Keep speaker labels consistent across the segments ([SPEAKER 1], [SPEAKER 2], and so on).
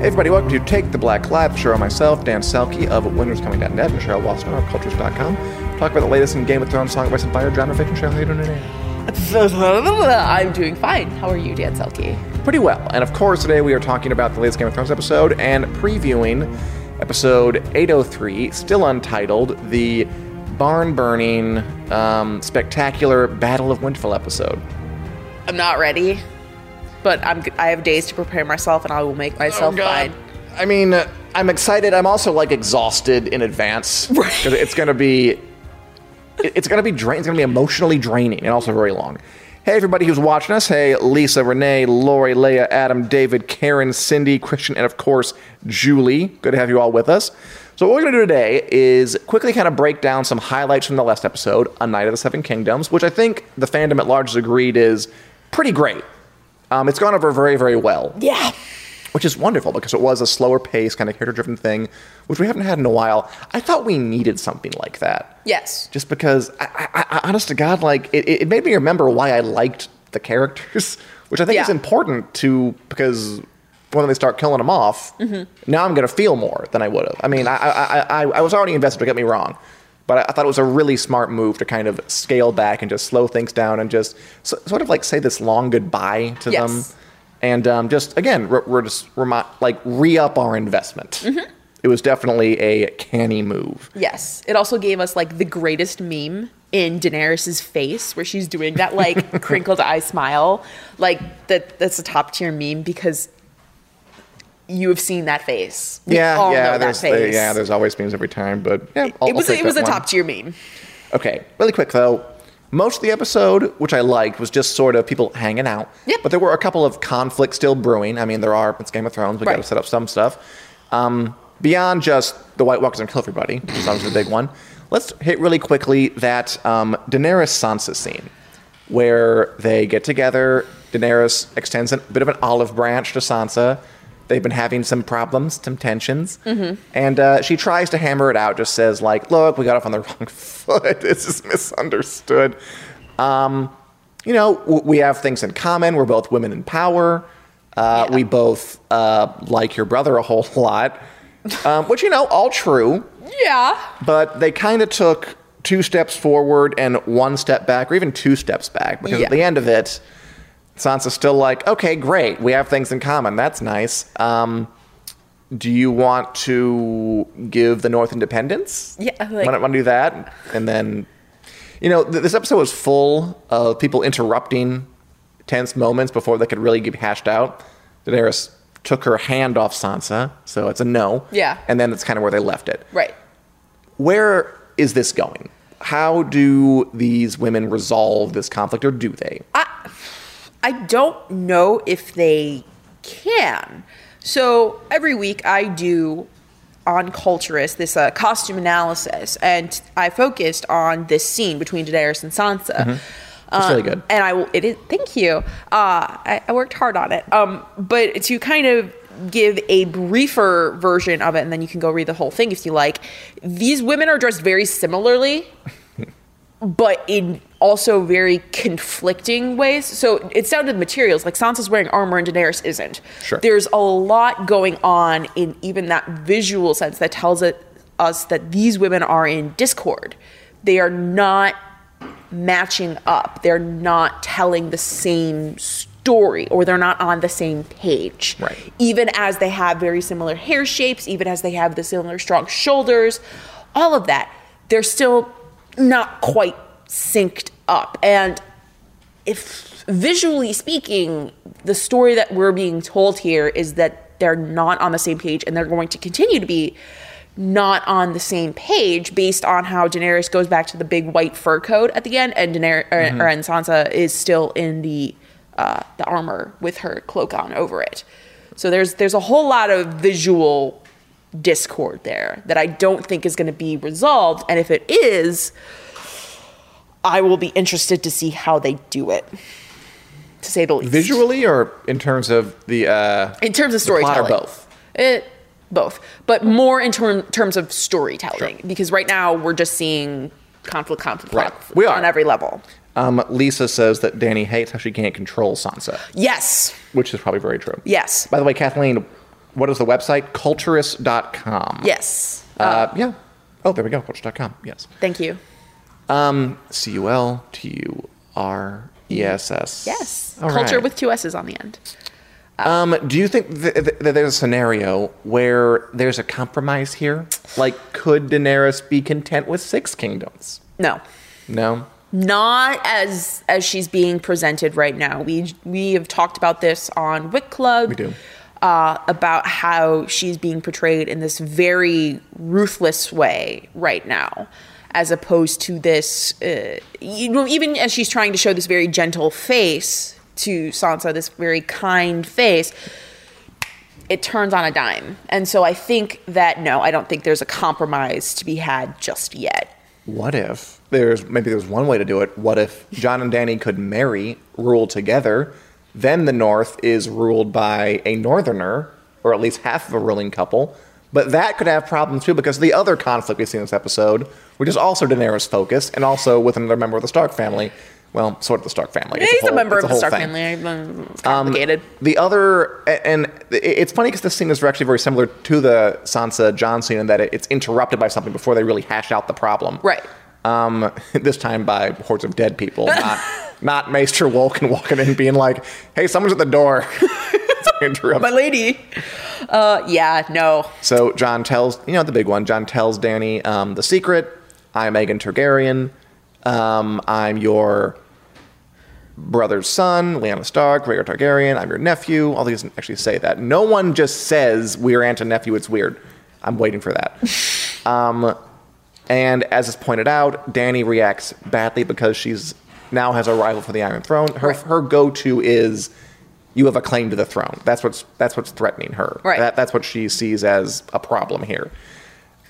[SPEAKER 1] Hey everybody, welcome to Take the Black Live. The show on myself, Dan Selke of WinnersComing.net and Cheryl Wasserman of Cultures.com. Talk about the latest in Game of Thrones, Song of Ice and Fire, genre fiction. Cheryl, how you doing today?
[SPEAKER 2] I'm doing fine. How are you, Dan Selke?
[SPEAKER 1] Pretty well. And of course, today we are talking about the latest Game of Thrones episode and previewing episode 803, still untitled, the barn burning, um, spectacular Battle of Winterfell episode.
[SPEAKER 2] I'm not ready, but I'm. I have days to prepare myself, and I will make myself fine.
[SPEAKER 1] Oh, I mean, uh, I'm excited. I'm also like exhausted in advance because it's gonna be, it- it's gonna be drain. It's gonna be emotionally draining and also very long. Hey, everybody who's watching us. Hey, Lisa, Renee, Lori, Leah, Adam, David, Karen, Cindy, Christian, and of course Julie. Good to have you all with us. So what we're gonna do today is quickly kind of break down some highlights from the last episode, A Night of the Seven Kingdoms, which I think the fandom at large has agreed is pretty great. Um, it's gone over very, very well
[SPEAKER 2] Yeah.
[SPEAKER 1] which is wonderful because it was a slower pace, kind of character driven thing, which we haven't had in a while. I thought we needed something like that.
[SPEAKER 2] Yes.
[SPEAKER 1] Just because, I, I, I, honest to God, like it, it it made me remember why I liked the characters, which I think is
[SPEAKER 2] Yeah.
[SPEAKER 1] important to because when they start killing them off,
[SPEAKER 2] Mm-hmm.
[SPEAKER 1] now I'm going to feel more than I would have. I mean, I, I, I, I- I was already invested. Don't get me wrong. But I- I thought it was a really smart move to kind of scale back and just slow things down and just so, sort of like say this long goodbye to
[SPEAKER 2] Yes.
[SPEAKER 1] them, and um, just again, we're, we're just remi- like re up our investment.
[SPEAKER 2] Mm-hmm.
[SPEAKER 1] It was definitely a canny move.
[SPEAKER 2] Yes. It also gave us like the greatest meme in Daenerys's face, where she's doing that like crinkled eye smile. Like that. That's a top tier meme because you have seen that face. We
[SPEAKER 1] yeah,
[SPEAKER 2] all
[SPEAKER 1] yeah,
[SPEAKER 2] know that
[SPEAKER 1] there's
[SPEAKER 2] face.
[SPEAKER 1] yeah, there's always memes every time, but yeah, I'll-
[SPEAKER 2] it was.
[SPEAKER 1] I'll take
[SPEAKER 2] It was
[SPEAKER 1] that
[SPEAKER 2] a
[SPEAKER 1] one.
[SPEAKER 2] top tier meme.
[SPEAKER 1] Okay, really quick though. Most of the episode, which I liked, was just sort of people hanging out.
[SPEAKER 2] Yep.
[SPEAKER 1] But there were a couple of conflicts still brewing. I mean, there are. It's Game of Thrones. We got to
[SPEAKER 2] Right.
[SPEAKER 1] set up some stuff. Um, beyond just the White Walkers and kill everybody, which is obviously the big one. Let's hit really quickly that um, Daenerys Sansa scene, where they get together. Daenerys extends a bit of an olive branch to Sansa. They've been having some problems, some tensions, and uh, she tries to hammer it out. Just says like, "Look, we got off on the wrong foot. this is misunderstood." Um, you know, w- we have things in common. We're both women in power. Uh, We both uh, like your brother a whole lot, um, which you know, all true.
[SPEAKER 2] Yeah.
[SPEAKER 1] But they kind of took two steps forward and one step back, or even two steps back, because
[SPEAKER 2] Yeah.
[SPEAKER 1] at the end of it, Sansa's still like, "Okay, great, we have things in common. That's nice." Um, do you want to give the North independence?
[SPEAKER 2] Yeah, like-
[SPEAKER 1] want, to, want to do that, and then you know, th- this episode was full of people interrupting tense moments before they could really get hashed out. Daenerys took her hand off Sansa, so it's a no.
[SPEAKER 2] Yeah.
[SPEAKER 1] And then it's kind of where they left it.
[SPEAKER 2] Right.
[SPEAKER 1] Where is this going? How do these women resolve this conflict, or do they?
[SPEAKER 2] I don't know if they can. So every week I do on Culturist this uh, costume analysis, and I focused on this scene between Daenerys and Sansa. Um,
[SPEAKER 1] It's Mm-hmm. really good.
[SPEAKER 2] And I will. It is. Thank you. Uh, I, I worked hard on it. Um, but to kind of give a briefer version of it, and then you can go read the whole thing if you like. These women are dressed very similarly but in also very conflicting ways. So it's down to the materials. Like Sansa's wearing armor and Daenerys isn't.
[SPEAKER 1] Sure.
[SPEAKER 2] There's a lot going on in even that visual sense that tells it, us that these women are in discord. They are not matching up. They're not telling the same story or they're not on the same page.
[SPEAKER 1] Right.
[SPEAKER 2] Even as they have very similar hair shapes, even as they have the similar strong shoulders, all of that, they're still not quite synced up. And if visually speaking, the story that we're being told here is that they're not on the same page and they're going to continue to be not on the same page based on how Daenerys goes back to the big white fur coat at the end and Daenerys or, or- and Sansa is still in the uh, the armor with her cloak on over it. So there's there's a whole lot of visual discord there that I don't think is going to be resolved and if it is I will be interested to see how they do it, to say the least.
[SPEAKER 1] Visually or in terms of the uh,
[SPEAKER 2] in terms of
[SPEAKER 1] the plot
[SPEAKER 2] storytelling,
[SPEAKER 1] or both?
[SPEAKER 2] It both, but more in term, terms of storytelling
[SPEAKER 1] Sure.
[SPEAKER 2] because right now we're just seeing conflict, conflict,
[SPEAKER 1] Right.
[SPEAKER 2] conflict
[SPEAKER 1] We are.
[SPEAKER 2] on every level.
[SPEAKER 1] Um, Lisa says that Danny hates how she can't control Sansa,
[SPEAKER 2] Yes,
[SPEAKER 1] which is probably very true.
[SPEAKER 2] yes,
[SPEAKER 1] By the way, Kathleen, what is the website? Culturist.com.
[SPEAKER 2] yes.
[SPEAKER 1] Uh, yeah. Oh, there we go. Culturist.com. Yes.
[SPEAKER 2] Thank you.
[SPEAKER 1] C U L T U R E S S.
[SPEAKER 2] Yes,
[SPEAKER 1] All
[SPEAKER 2] culture
[SPEAKER 1] right.
[SPEAKER 2] with two s's on the end.
[SPEAKER 1] Um, do you think th- th- that there's a scenario where there's a compromise here? Like, could Daenerys be content with six kingdoms?
[SPEAKER 2] No,
[SPEAKER 1] No.
[SPEAKER 2] not as as she's being presented right now. We we have talked about this on Wick Club.
[SPEAKER 1] We do.
[SPEAKER 2] Uh, about how she's being portrayed in this very ruthless way right now, as opposed to this, uh, you know, even as she's trying to show this very gentle face to Sansa, this very kind face, it turns on a dime. And so I think that, no, I don't think there's a compromise to be had just yet.
[SPEAKER 1] What if there's maybe there's one way to do it? What if John and Danny could marry, rule together, then the North is ruled by a Northerner, or at least half of a ruling couple. But that could have problems too because the other conflict we see in this episode, which is also Daenerys focused, and also with another member of the Stark family. Well, sort of the Stark family. It's
[SPEAKER 2] He's a
[SPEAKER 1] whole-
[SPEAKER 2] member
[SPEAKER 1] it's
[SPEAKER 2] of the
[SPEAKER 1] whole
[SPEAKER 2] Stark
[SPEAKER 1] thing. Um,
[SPEAKER 2] family. It's complicated.
[SPEAKER 1] The other, a- and it- it's funny because this scene is actually very similar to the Sansa John scene in that it- it's interrupted by something before they really hash out the problem.
[SPEAKER 2] Right.
[SPEAKER 1] Um, this time by hordes of dead people, not not Maester Wolken walking in being like, "Hey, someone's at the door." It's interrupt.
[SPEAKER 2] My lady. Uh, yeah, no.
[SPEAKER 1] so John tells you know the big one. John tells Danny um, the secret. I'm Aegon Targaryen. Um, I'm your brother's son, Lyanna Stark, Rhaegar Targaryen. I'm your nephew. All these actually say that. No one just says we're aunt and nephew. It's weird. I'm waiting for that. um, and as is pointed out, Danny reacts badly because she's now has a rival for the Iron Throne. Her her go-to is you have a claim to the throne. That's what's that's what's threatening her.
[SPEAKER 2] Right.
[SPEAKER 1] That, that's what she sees as a problem here.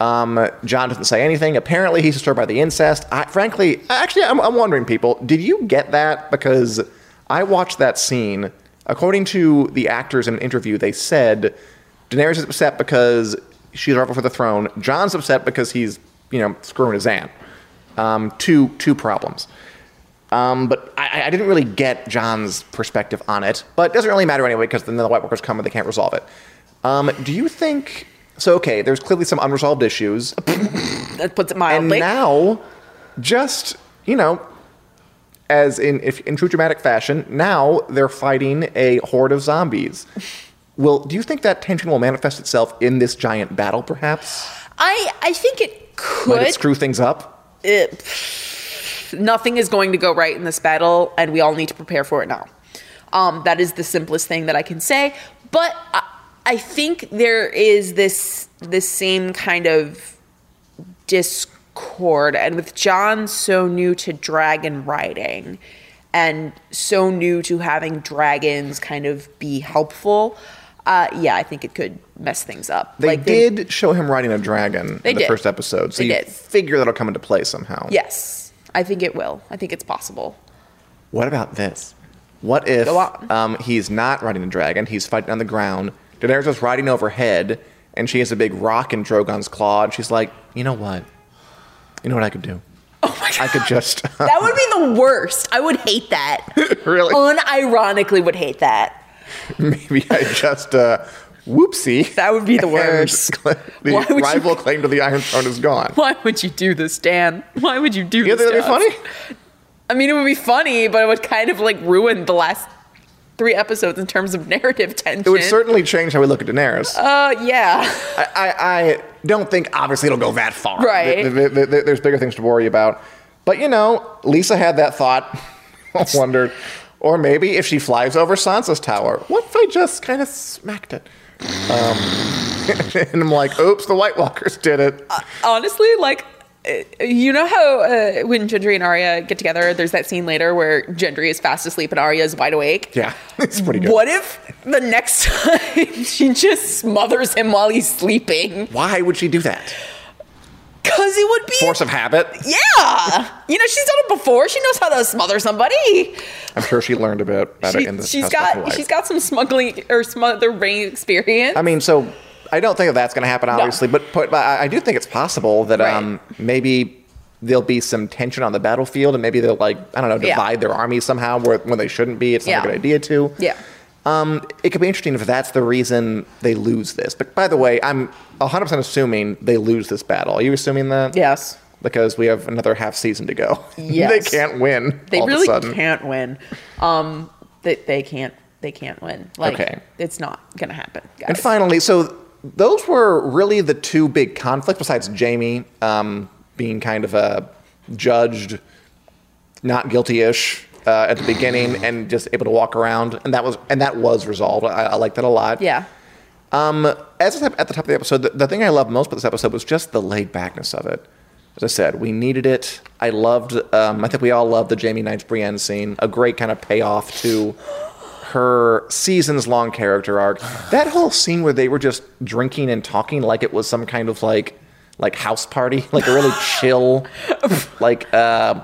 [SPEAKER 1] Um, John doesn't say anything. Apparently, he's disturbed by the incest. I, frankly, actually, I'm, I'm wondering, people, did you get that? Because I watched that scene. According to the actors in an interview, they said Daenerys is upset because she's rival for the throne. John's upset because he's, you know, screwing his aunt. Um, two two problems. Um, but I, I didn't really get John's perspective on it. But it doesn't really matter anyway because then the White Walkers come and they can't resolve it. Um, do you think? So okay, there's clearly some unresolved issues,
[SPEAKER 2] That puts
[SPEAKER 1] and
[SPEAKER 2] it mildly.
[SPEAKER 1] now, just you know, as in if in true dramatic fashion, now they're fighting a horde of zombies. Will do you think that tension will manifest itself in this giant battle? Perhaps
[SPEAKER 2] I, I think it could.
[SPEAKER 1] might it screw things up?
[SPEAKER 2] it- nothing is going to go right in this battle, and we all need to prepare for it now. Um, that is the simplest thing that I can say. But I, I think there is this this same kind of discord, and with John so new to dragon riding, and so new to having dragons kind of be helpful. Uh, yeah, I think it could mess things up.
[SPEAKER 1] They
[SPEAKER 2] they-
[SPEAKER 1] did show him riding a dragon
[SPEAKER 2] They
[SPEAKER 1] in the
[SPEAKER 2] did.
[SPEAKER 1] first episode, so
[SPEAKER 2] They
[SPEAKER 1] you
[SPEAKER 2] did.
[SPEAKER 1] figure that'll come into play somehow.
[SPEAKER 2] yes, I think it will. I think it's possible.
[SPEAKER 1] What about this? What if
[SPEAKER 2] Go on.
[SPEAKER 1] um, he's not riding a dragon? He's fighting on the ground. Daenerys is riding overhead, and she has a big rock in Drogon's claw, and she's like, "You know what? You know what I could do?
[SPEAKER 2] Oh my
[SPEAKER 1] I could just
[SPEAKER 2] That would be the worst. I would hate that.
[SPEAKER 1] Really?
[SPEAKER 2] Unironically would hate that.
[SPEAKER 1] maybe I just uh, whoopsie.
[SPEAKER 2] That would be the
[SPEAKER 1] And
[SPEAKER 2] worst.
[SPEAKER 1] cla- the
[SPEAKER 2] Why would you-
[SPEAKER 1] rival claim to the Iron Throne is gone.
[SPEAKER 2] Why would you do this, Dan? Why would you do
[SPEAKER 1] You
[SPEAKER 2] this?
[SPEAKER 1] think that'd be
[SPEAKER 2] to us?
[SPEAKER 1] funny?
[SPEAKER 2] I mean, it would be funny, but it would kind of like ruin the last three episodes in terms of narrative tension.
[SPEAKER 1] It would certainly change how we look at Daenerys.
[SPEAKER 2] Uh, yeah.
[SPEAKER 1] I, I, I don't think obviously it'll go that far.
[SPEAKER 2] Right.
[SPEAKER 1] Th- th- th- th- there's bigger things to worry about. But you know, Lisa had that thought. I wondered, or maybe if she flies over Sansa's tower, what if I just kind of smacked it? Um, and I'm like, oops, the White Walkers did it.
[SPEAKER 2] Uh, Honestly, like. uh, You know how uh, when Gendry and Arya get together, there's that scene later where Gendry is fast asleep and Arya is wide awake.
[SPEAKER 1] yeah, it's pretty good.
[SPEAKER 2] What if the next time she just smothers him while he's sleeping?
[SPEAKER 1] Why would she do that?
[SPEAKER 2] Cause it would be
[SPEAKER 1] Force of habit.
[SPEAKER 2] Yeah, you know she's done it before. She knows how to smother somebody.
[SPEAKER 1] I'm sure she learned a bit about
[SPEAKER 2] She,
[SPEAKER 1] it in this.
[SPEAKER 2] she's
[SPEAKER 1] past life of
[SPEAKER 2] got
[SPEAKER 1] life.
[SPEAKER 2] she's got some smuggling or smothering experience.
[SPEAKER 1] I mean, so I don't think that's going to happen, obviously, but, but but I I do think it's possible that
[SPEAKER 2] Right.
[SPEAKER 1] um, maybe there'll be some tension on the battlefield, and maybe they'll like I don't know
[SPEAKER 2] Yeah.
[SPEAKER 1] divide their army somehow where when they shouldn't be. It's not
[SPEAKER 2] Yeah.
[SPEAKER 1] a good idea to.
[SPEAKER 2] yeah,
[SPEAKER 1] Um, it could be interesting if that's the reason they lose this. But by the way, I'm 100 percent assuming they lose this battle. Are you assuming that?
[SPEAKER 2] yes,
[SPEAKER 1] Because we have another half season to go. they
[SPEAKER 2] Yes.
[SPEAKER 1] can't win.
[SPEAKER 2] they
[SPEAKER 1] all
[SPEAKER 2] really
[SPEAKER 1] of a sudden.
[SPEAKER 2] can't win. Um, they, they can't they can't win. Like
[SPEAKER 1] Okay.
[SPEAKER 2] it's not gonna happen. Guys.
[SPEAKER 1] And finally, so those were really the two big conflicts, besides Jamie um, being kind of uh, judged not guilty ish uh, at the beginning and just able to walk around. And that was and that was resolved. I, I like that a lot.
[SPEAKER 2] yeah,
[SPEAKER 1] As I said at the top of the episode, the, the thing I loved most about this episode was just the laid backness of it. As I said, we needed it. I loved. Um, I think we all loved the Jamie Knights Brienne scene. A great kind of payoff to her seasons long character arc. That whole scene where they were just drinking and talking like it was some kind of like like house party, like a really chill, like uh,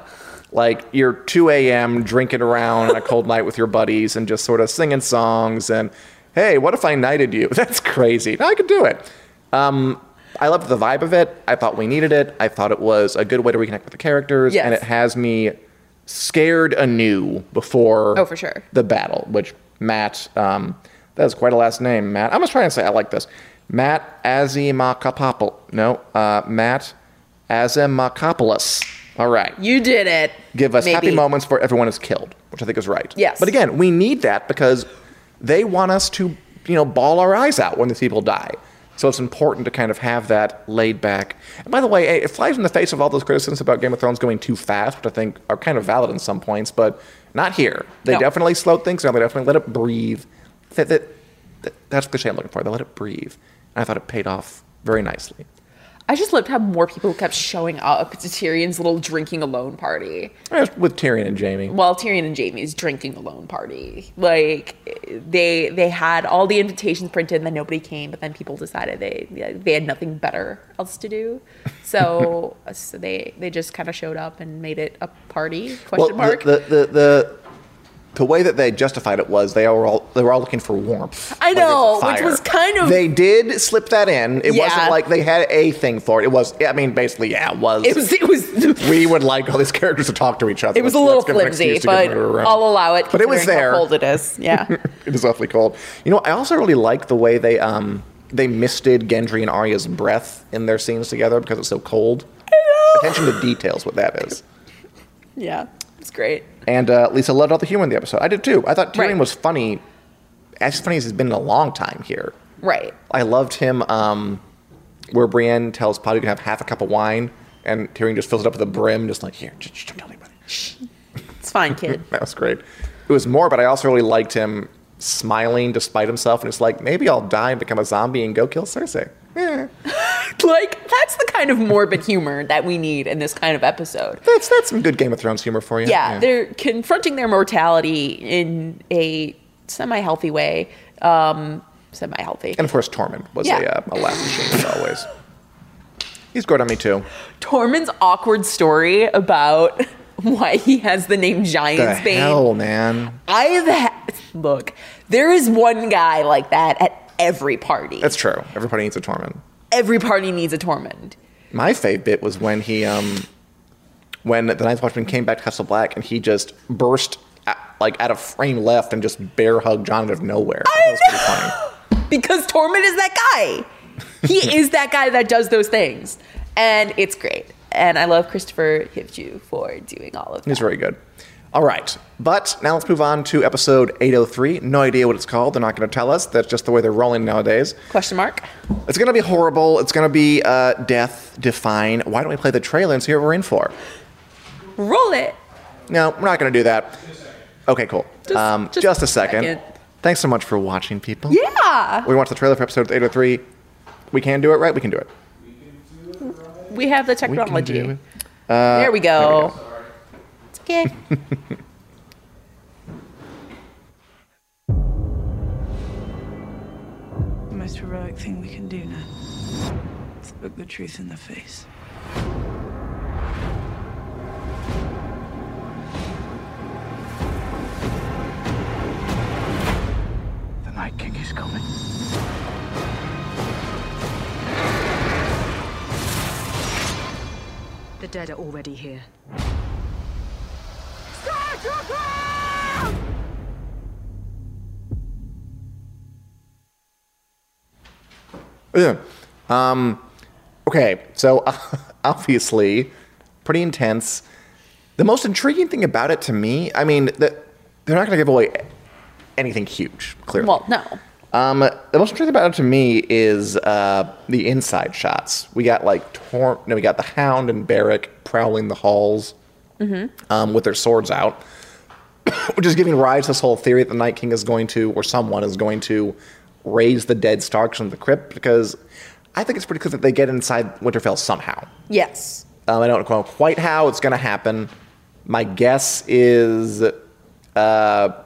[SPEAKER 1] like your 2 a.m. drinking around on a cold night with your buddies and just sort of singing songs and hey, what if I knighted you? That's crazy. No, I could do it. Um, I loved the vibe of it. I thought we needed it. I thought it was a good way to reconnect with the characters,
[SPEAKER 2] Yes.
[SPEAKER 1] and it has me scared anew before
[SPEAKER 2] Oh, for sure.
[SPEAKER 1] the battle, which Matt, um, that is quite a last name, Matt. I'm just trying to say I like this. Matt Azimakopoulos. No, uh, Matt Azimakopoulos. All right.
[SPEAKER 2] you did it.
[SPEAKER 1] Give us happy
[SPEAKER 2] Maybe.
[SPEAKER 1] moments where everyone is killed, which I think is right.
[SPEAKER 2] Yes.
[SPEAKER 1] But again, we need that because they want us to, you know, ball our eyes out when these people die. So it's important to kind of have that laid back. And by the way, it flies in the face of all those criticisms about Game of Thrones going too fast, which I think are kind of valid in some points, but not here. They
[SPEAKER 2] No.
[SPEAKER 1] definitely slowed things down. They definitely let it breathe. That, that, that, that's the cliche I'm looking for. They let it breathe. And I thought it paid off very nicely.
[SPEAKER 2] I just loved how more people kept showing up to Tyrion's little drinking alone party.
[SPEAKER 1] I was With Tyrion and Jamie.
[SPEAKER 2] Well, Tyrion and Jamie's drinking alone party. Like they they had all the invitations printed and then nobody came, but then people decided they they had nothing better else to do. So, so they they just kind of showed up and made it a party
[SPEAKER 1] well,
[SPEAKER 2] question mark.
[SPEAKER 1] The, the, the, the, the way that they justified it was they were all they were all looking for warmth. Like,
[SPEAKER 2] I
[SPEAKER 1] it's a
[SPEAKER 2] know, which
[SPEAKER 1] fire.
[SPEAKER 2] was kind of-
[SPEAKER 1] they did slip that in. It
[SPEAKER 2] Yeah.
[SPEAKER 1] wasn't like they had a thing for it. It was I mean basically yeah it was.
[SPEAKER 2] it was it was
[SPEAKER 1] we would like all these characters to talk to each other.
[SPEAKER 2] it was a
[SPEAKER 1] Let's-
[SPEAKER 2] little
[SPEAKER 1] let's give them an
[SPEAKER 2] flimsy,
[SPEAKER 1] excuse to get
[SPEAKER 2] but
[SPEAKER 1] rid of it around.
[SPEAKER 2] I'll allow it.
[SPEAKER 1] But it was
[SPEAKER 2] considering
[SPEAKER 1] there.
[SPEAKER 2] How cold it is, yeah.
[SPEAKER 1] it is awfully cold. You know, I also really like the way they um they misted Gendry and Arya's breath in their scenes together because it's so cold. I know. Attention to details, what that is.
[SPEAKER 2] yeah, it's great.
[SPEAKER 1] And uh, Lisa loved all the humor in the episode. I did too. I thought Tyrion
[SPEAKER 2] Right.
[SPEAKER 1] was funny, as funny as he's been in a long time here.
[SPEAKER 2] Right.
[SPEAKER 1] I loved him um, where Brienne tells Pod you can have half a cup of wine, and Tyrion just fills it up to the brim, just like, here, just, just don't tell anybody.
[SPEAKER 2] It's fine, kid.
[SPEAKER 1] That was great. It was more, but I also really liked him smiling despite himself, and it's like, maybe I'll die and become a zombie and go kill Cersei. Eh,
[SPEAKER 2] like that's the kind of morbid humor that we need in this kind of episode.
[SPEAKER 1] that's, that's some good Game of Thrones humor for you.
[SPEAKER 2] yeah, they're confronting their mortality in a semi-healthy way. Um, semi-healthy.
[SPEAKER 1] And of course, Tormund was
[SPEAKER 2] Yeah.
[SPEAKER 1] a, uh, a laugh machine, as always. He's great on me, too.
[SPEAKER 2] Tormund's awkward story about why he has the name
[SPEAKER 1] The
[SPEAKER 2] Giant's Bane.
[SPEAKER 1] hell, man.
[SPEAKER 2] I've ha- look. There is one guy like that at every party.
[SPEAKER 1] That's true. Everybody needs a Tormund.
[SPEAKER 2] every party needs a Tormund.
[SPEAKER 1] My fave bit was when he um when the Ninth Watchman came back to Castle Black and he just burst at, like out of frame left and just bear hugged John out of nowhere. that was pretty funny.
[SPEAKER 2] because Tormund is that guy. He is that guy that does those things, and it's great. And I love Christopher Hivju for doing all of that.
[SPEAKER 1] He's very good. All right, but now let's move on to episode 803. No idea what it's called. They're not going to tell us. That's just the way they're rolling nowadays.
[SPEAKER 2] Question mark?
[SPEAKER 1] It's going to be horrible. It's going to be uh, death define. Why don't we play the trailer and see what we're in for?
[SPEAKER 2] Roll it.
[SPEAKER 1] No, we're not going to do that. Okay, cool.
[SPEAKER 2] Just-
[SPEAKER 1] um, just,
[SPEAKER 2] just
[SPEAKER 1] a
[SPEAKER 2] a
[SPEAKER 1] second.
[SPEAKER 2] second.
[SPEAKER 1] Thanks so much for watching, people.
[SPEAKER 2] Yeah,
[SPEAKER 1] We watched the trailer for episode 803. We can do it, right? We can do it.
[SPEAKER 2] we have the
[SPEAKER 1] We can
[SPEAKER 2] technology.
[SPEAKER 1] do it.
[SPEAKER 2] there we go. It's okay.
[SPEAKER 3] The most heroic thing we can do now is look the truth in the face.
[SPEAKER 4] The Night King is coming.
[SPEAKER 5] The dead are already here.
[SPEAKER 1] Yeah. Um, okay, so obviously, pretty intense. The most intriguing thing about it to me, I mean, the, they're not going to give away anything huge, clearly.
[SPEAKER 2] well, no.
[SPEAKER 1] Um, the most interesting about it to me is uh, the inside shots. We got like Tor- no, we got the Hound and Barrack prowling the halls um, with their swords out, which is giving rise to this whole theory that the Night King is going to, or someone is going to, raise the dead Starks from the crypt. Because I think it's pretty clear that they get inside Winterfell somehow.
[SPEAKER 2] Yes.
[SPEAKER 1] Um, I don't know quite how it's going to happen. My guess is uh,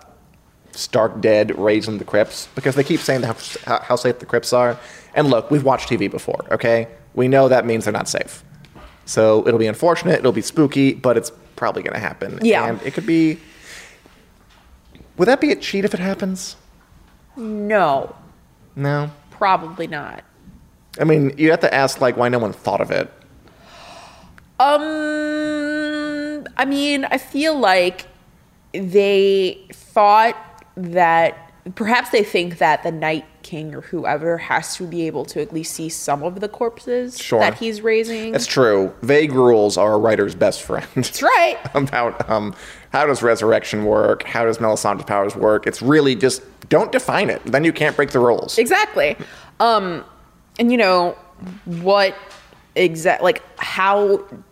[SPEAKER 1] Stark dead, raised in the crypts, because they keep saying how, how, how safe the crypts are. And look, we've watched TV before, okay? We know that means they're not safe. So it'll be unfortunate, it'll be spooky, but it's probably going to happen.
[SPEAKER 2] Yeah.
[SPEAKER 1] And it could be. Would that be a cheat if it happens?
[SPEAKER 2] No.
[SPEAKER 1] No.
[SPEAKER 2] Probably not.
[SPEAKER 1] I mean, you have to ask, like, why no one thought of it.
[SPEAKER 2] Um, I mean, I feel like they thought that perhaps they think that the Night King or whoever has to be able to at least see some of the corpses
[SPEAKER 1] Sure.
[SPEAKER 2] that he's raising.
[SPEAKER 1] That's true. Vague rules are a writer's best friend.
[SPEAKER 2] That's right.
[SPEAKER 1] about um, how does resurrection work? How does Melisandre's powers work? It's really just don't define it. Then you can't break the rules.
[SPEAKER 2] Exactly. Um, and you know what exact like how um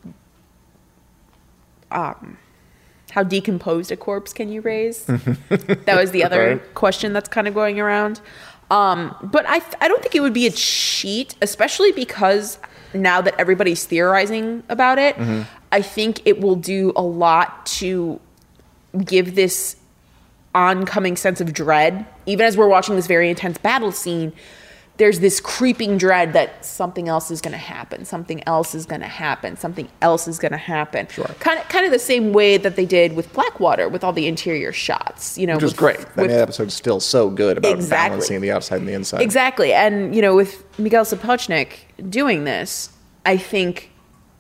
[SPEAKER 2] how decomposed a corpse can you raise? that was the other
[SPEAKER 1] Right.
[SPEAKER 2] question that's kind of going around. Um, but I I don't think it would be a cheat, especially because now that everybody's theorizing about it, I think it will do a lot to give this oncoming sense of dread. Even as we're watching this very intense battle scene, there's this creeping dread that something else is going to happen, something else is going to happen, something else is going to happen. Sure. Kind of, kind of the same way that they did with Blackwater with all the interior shots. You know,
[SPEAKER 1] Which was
[SPEAKER 2] with-
[SPEAKER 1] great. I mean,
[SPEAKER 2] with-
[SPEAKER 1] that episode's still so good about
[SPEAKER 2] Exactly.
[SPEAKER 1] balancing the outside and the inside.
[SPEAKER 2] Exactly. And, you know, with Miguel Sapochnik doing this, I think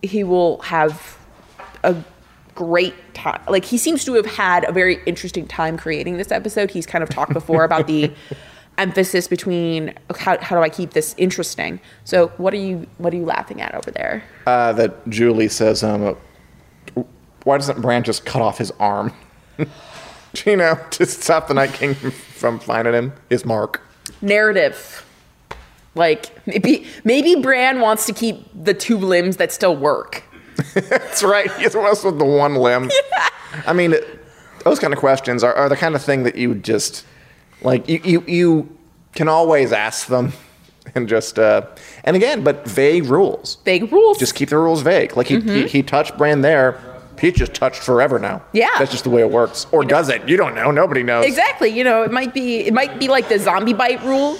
[SPEAKER 2] he will have a great time. Like, he seems to have had a very interesting time creating this episode. He's kind of talked before about the emphasis between how, how do I keep this interesting? So what are you what are you laughing at over there?
[SPEAKER 1] Uh, that Julie says, um, why doesn't Bran just cut off his arm? you know, to stop the Night King from finding him, his mark.
[SPEAKER 2] Narrative. Like maybe maybe Bran wants to keep the two limbs that still work.
[SPEAKER 1] That's right. He's messed with the one limb. I mean, those kind of questions are, are the kind of thing that you just like you you, you can always ask them and just uh, and again, but vague rules.
[SPEAKER 2] Big rules.
[SPEAKER 1] Just keep the rules vague. Like he he, he touched Brand there. He just touched forever now.
[SPEAKER 2] Yeah.
[SPEAKER 1] that's just the way it works. Or does it? You don't know. Nobody knows.
[SPEAKER 2] Exactly. You know, it might be it might be like the zombie bite rule,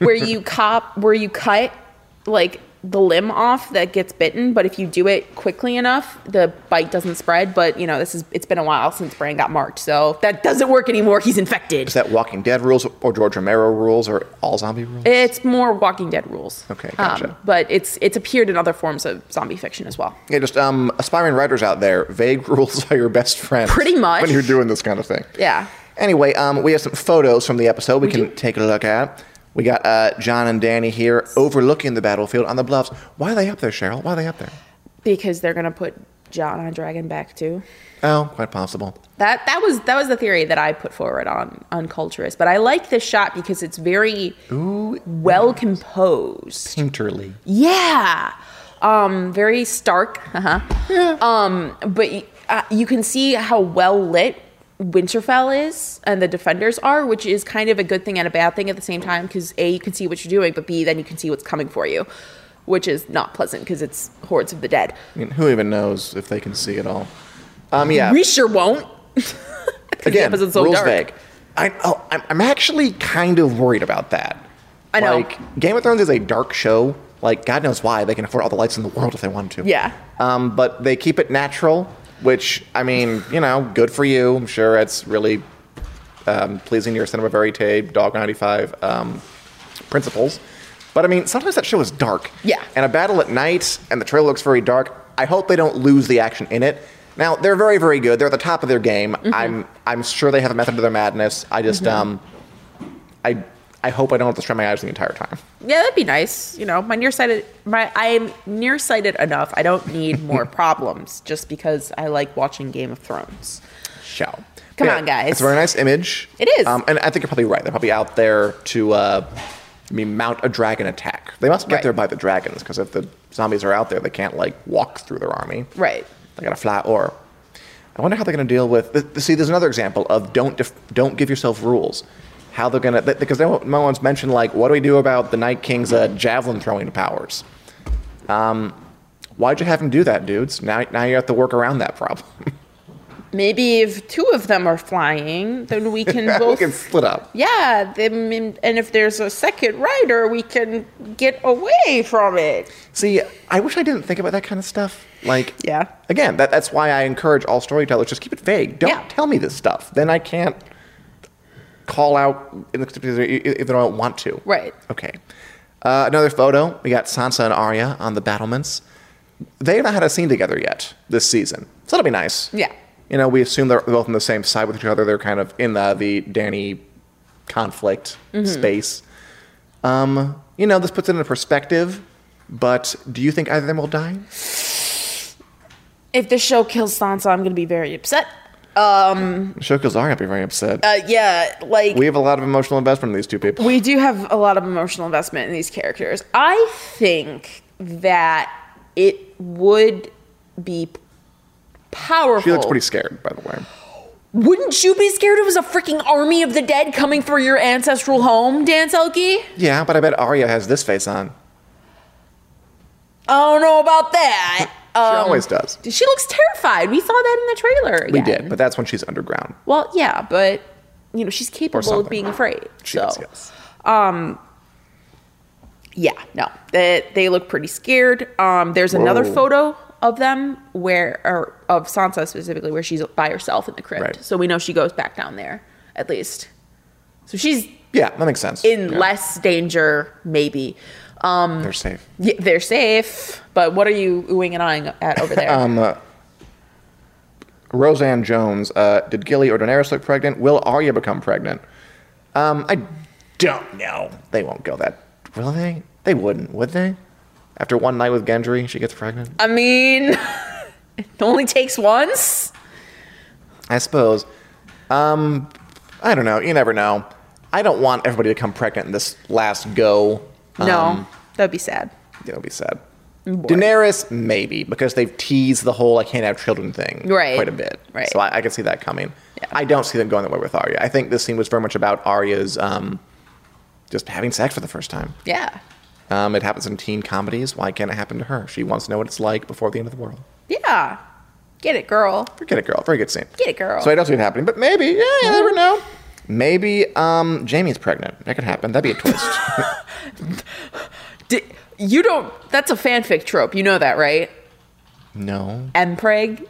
[SPEAKER 2] where you cop where you cut like the limb off that gets bitten, but if you do it quickly enough, the bite doesn't spread. But you know, this is it's been a while since Bran got marked, so that doesn't work anymore. He's infected.
[SPEAKER 1] Is that Walking Dead rules or George Romero rules or all zombie rules?
[SPEAKER 2] It's more Walking Dead rules. Um,
[SPEAKER 1] Okay, gotcha.
[SPEAKER 2] but it's it's appeared in other forms of zombie fiction as well.
[SPEAKER 1] yeah, just um, aspiring writers out there, vague rules are your best friend.
[SPEAKER 2] Pretty much.
[SPEAKER 1] When you're doing this kind of thing.
[SPEAKER 2] Yeah.
[SPEAKER 1] Anyway, um, we have some photos from the episode we, can take a look at. We got uh, John and Danny here overlooking the battlefield on the bluffs. Why are they up there, Cheryl? Why are they up there?
[SPEAKER 2] Because they're gonna put John on Dragon back too.
[SPEAKER 1] Oh, quite possible.
[SPEAKER 2] That that was that was the theory that I put forward on on Culturist. But I like this shot because it's very well composed.
[SPEAKER 1] Painterly.
[SPEAKER 2] Yeah. Um, very stark. Uh-huh. Um, but y- uh, you can see how well lit Winterfell is and the defenders are, which is kind of a good thing and a bad thing at the same time because A, you can see what you're doing, but B, then you can see what's coming for you, which is not pleasant because it's hordes of the dead.
[SPEAKER 1] I mean, who even knows if they can see at all? Um, yeah.
[SPEAKER 2] We sure won't. 'Cause the
[SPEAKER 1] Again,
[SPEAKER 2] episode's so
[SPEAKER 1] rules
[SPEAKER 2] dark.
[SPEAKER 1] vague. I, oh, I'm, I'm actually kind of worried about that.
[SPEAKER 2] I know.
[SPEAKER 1] Like, Game of Thrones is a dark show. Like, God knows why. They can afford all the lights in the world if they wanted to.
[SPEAKER 2] Yeah.
[SPEAKER 1] Um, but they keep it natural, which, I mean, you know, good for you. I'm sure it's really um, pleasing your cinema verite, Dog 95 um, principles. But I mean, sometimes that show is dark.
[SPEAKER 2] Yeah.
[SPEAKER 1] And a battle at night, and the trailer looks very dark. I hope they don't lose the action in it. Now they're very, very good. They're at the top of their game. I'm, I'm sure they have a method to their madness. I just, um, I, I hope I don't have to strain my eyes the entire time.
[SPEAKER 2] Yeah, that'd be nice. You know, my nearsighted, my I'm nearsighted enough. I don't need more problems just because I like watching Game of Thrones.
[SPEAKER 1] Shall.
[SPEAKER 2] Come on, guys.
[SPEAKER 1] It's a very nice image.
[SPEAKER 2] It is.
[SPEAKER 1] Um, and I think you're probably right. They're probably out there to, uh, I mean, mount a dragon attack. They must get
[SPEAKER 2] Right.
[SPEAKER 1] there by the dragons because if the zombies are out there, they can't like walk through their army.
[SPEAKER 2] Right.
[SPEAKER 1] They got a flat orb. I wonder how they're going to deal with. th- th- See, there's another example of don't def, don't give yourself rules. How they're going to because they won't- no one's mentioned like what do we do about the Night King's uh, javelin throwing powers? Um, why'd you have him do that, dudes? Now now you have to work around that problem.
[SPEAKER 2] Maybe if two of them are flying, then we can
[SPEAKER 1] we
[SPEAKER 2] both.
[SPEAKER 1] can split up.
[SPEAKER 2] yeah, then, and if there's a second rider, we can get away from it.
[SPEAKER 1] See, I wish I didn't think about that kind of stuff. Like,
[SPEAKER 2] Yeah.
[SPEAKER 1] Again, that, that's why I encourage all storytellers just keep it vague. Don't
[SPEAKER 2] Yeah.
[SPEAKER 1] tell me this stuff. Then I can't call out in the- if I don't want to.
[SPEAKER 2] Right.
[SPEAKER 1] Okay. Uh, another photo. We got Sansa and Arya on the battlements. They haven't had a scene together yet this season, so that'll be nice.
[SPEAKER 2] Yeah.
[SPEAKER 1] You know, we assume they're both on the same side with each other. They're kind of in the, the Danny conflict
[SPEAKER 2] Mm-hmm.
[SPEAKER 1] space. Um, you know, this puts it into perspective, but do you think either of them will die?
[SPEAKER 2] If this show kills Sansa, I'm gonna be very upset.
[SPEAKER 1] Shoko's are going to be very upset.
[SPEAKER 2] Uh, yeah, like
[SPEAKER 1] we have a lot of emotional investment in these two people.
[SPEAKER 2] We do have a lot of emotional investment in these characters. I think that it would be powerful.
[SPEAKER 1] She looks pretty scared, by the way.
[SPEAKER 2] Wouldn't you be scared if it was a freaking army of the dead coming for your ancestral home, Dan Selke?
[SPEAKER 1] Yeah, but I bet Arya has this face on.
[SPEAKER 2] I don't know about that.
[SPEAKER 1] She
[SPEAKER 2] Um,
[SPEAKER 1] always does.
[SPEAKER 2] she looks terrified. We saw that in the trailer.
[SPEAKER 1] We
[SPEAKER 2] again.
[SPEAKER 1] did, but that's when she's underground.
[SPEAKER 2] Well, yeah, but you know she's capable of
[SPEAKER 1] something.
[SPEAKER 2] being afraid.
[SPEAKER 1] She
[SPEAKER 2] so
[SPEAKER 1] is, yes.
[SPEAKER 2] yeah, no, they, they look pretty scared. Um, there's another
[SPEAKER 1] Whoa.
[SPEAKER 2] photo of them where, or of Sansa specifically, where she's by herself in the crypt.
[SPEAKER 1] Right.
[SPEAKER 2] So we know she goes back down there at least. So she's
[SPEAKER 1] Yeah, that makes sense.
[SPEAKER 2] in
[SPEAKER 1] yeah,
[SPEAKER 2] less danger, maybe. Um,
[SPEAKER 1] They're safe.
[SPEAKER 2] yeah, they're safe, but what are you oohing and eyeing at over there?
[SPEAKER 1] Um, uh, Roseanne Jones, uh, did Gilly or Daenerys look pregnant? Will Arya become pregnant? Um, I don't know. They won't go that. Will they? They wouldn't, would they? After one night with Gendry, she gets pregnant.
[SPEAKER 2] I mean, it only takes once.
[SPEAKER 1] I suppose. Um, I don't know. You never know. I don't want everybody to come pregnant in this last go. Um,
[SPEAKER 2] no, that'd be sad.
[SPEAKER 1] It'll be sad. Daenerys, maybe, because they've teased the whole I can't have children thing
[SPEAKER 2] Right.
[SPEAKER 1] quite a bit.
[SPEAKER 2] Right.
[SPEAKER 1] So I, I can see that coming.
[SPEAKER 2] Yeah.
[SPEAKER 1] I don't see them going that way with Arya. I think this scene was very much about Arya's um, just having sex for the first time.
[SPEAKER 2] Yeah,
[SPEAKER 1] Um, it happens in teen comedies. Why can't it happen to her? She wants to know what it's like before the end of the world.
[SPEAKER 2] yeah, get it, girl.
[SPEAKER 1] Forget it, girl. Very good scene.
[SPEAKER 2] Get it, girl. Mm-hmm.
[SPEAKER 1] So I don't see it happening, but maybe. Yeah, you never know. Maybe um, Jamie's pregnant. That could happen. That'd be a twist.
[SPEAKER 2] Di- you don't. That's a fanfic trope. You know that, right?
[SPEAKER 1] No.
[SPEAKER 2] Mpreg.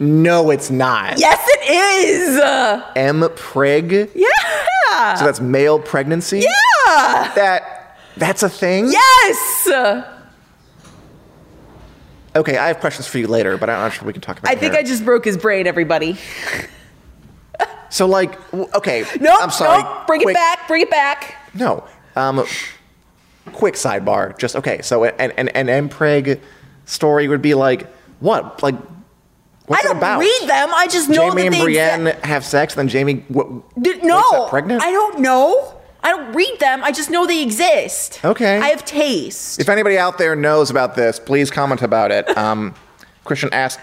[SPEAKER 1] No, it's not.
[SPEAKER 2] Yes, it is. Uh,
[SPEAKER 1] M preg.
[SPEAKER 2] yeah.
[SPEAKER 1] So that's male pregnancy.
[SPEAKER 2] yeah.
[SPEAKER 1] That that's a thing.
[SPEAKER 2] Yes. Uh,
[SPEAKER 1] Okay, I have questions for you later, but I'm not sure we can talk about.
[SPEAKER 2] I
[SPEAKER 1] it
[SPEAKER 2] think
[SPEAKER 1] here.
[SPEAKER 2] I just broke his brain, everybody.
[SPEAKER 1] So like, w- okay.
[SPEAKER 2] No,
[SPEAKER 1] I'm sorry.
[SPEAKER 2] nope. Bring it
[SPEAKER 1] Quick-
[SPEAKER 2] back. Bring it back.
[SPEAKER 1] No. Um, quick sidebar. Just okay. So an an an Mpreg story would be like what? Like what's
[SPEAKER 2] I don't
[SPEAKER 1] it about?
[SPEAKER 2] read them. I just know
[SPEAKER 1] Jamie
[SPEAKER 2] that
[SPEAKER 1] and
[SPEAKER 2] they
[SPEAKER 1] Brienne have sex, then Jamie w-
[SPEAKER 2] Did,
[SPEAKER 1] wakes
[SPEAKER 2] no,
[SPEAKER 1] up pregnant.
[SPEAKER 2] I don't know. I don't read them. I just know they exist.
[SPEAKER 1] Okay.
[SPEAKER 2] I have taste.
[SPEAKER 1] If anybody out there knows about this, please comment about it. Um, Christian asked,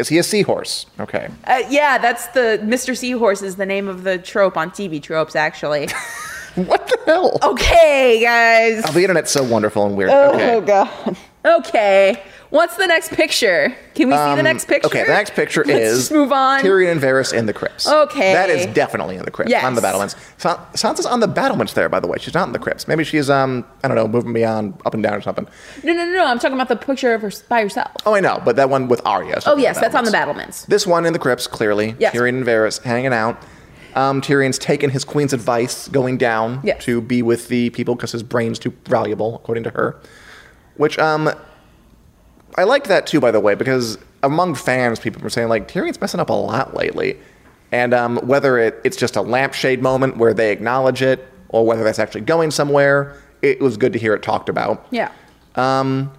[SPEAKER 1] "Is he a seahorse?" Okay.
[SPEAKER 2] Uh, yeah, that's the Mr. Seahorse is the name of the trope on TV tropes, actually.
[SPEAKER 1] What the
[SPEAKER 2] oh,
[SPEAKER 1] hell?
[SPEAKER 2] okay, guys.
[SPEAKER 1] Oh, The internet's so wonderful and weird.
[SPEAKER 2] Oh,
[SPEAKER 1] okay.
[SPEAKER 2] god. Okay. What's the next picture? Can we see the
[SPEAKER 1] Um,
[SPEAKER 2] next picture?
[SPEAKER 1] Okay, the next picture
[SPEAKER 2] Let's
[SPEAKER 1] is
[SPEAKER 2] just move on.
[SPEAKER 1] Tyrion and Varys in the crypts.
[SPEAKER 2] Okay.
[SPEAKER 1] that is definitely in the crypts.
[SPEAKER 2] Yes.
[SPEAKER 1] on the battlements. Sa- Sansa's on the battlements there, by the way. She's not in the crypts. Maybe she's um, I don't know, moving beyond, up and down or something.
[SPEAKER 2] No, no, no, no. I'm talking about the picture of her by herself.
[SPEAKER 1] Oh, I know, but that one with Arya. is
[SPEAKER 2] Oh,
[SPEAKER 1] up
[SPEAKER 2] yes, that's on the
[SPEAKER 1] battlements.
[SPEAKER 2] battlements.
[SPEAKER 1] This one in the crypts, clearly.
[SPEAKER 2] Yes.
[SPEAKER 1] Tyrion and Varys hanging out. Um, Tyrion's taken his queen's advice, going down
[SPEAKER 2] Yes.
[SPEAKER 1] to be with the people because his brain's too valuable, according to her. Which um, I liked that too, by the way, because among fans, people were saying like Tyrion's messing up a lot lately, and um, whether it, it's just a lampshade moment where they acknowledge it, or whether that's actually going somewhere, it was good to hear it talked about.
[SPEAKER 2] Yeah.
[SPEAKER 1] Um,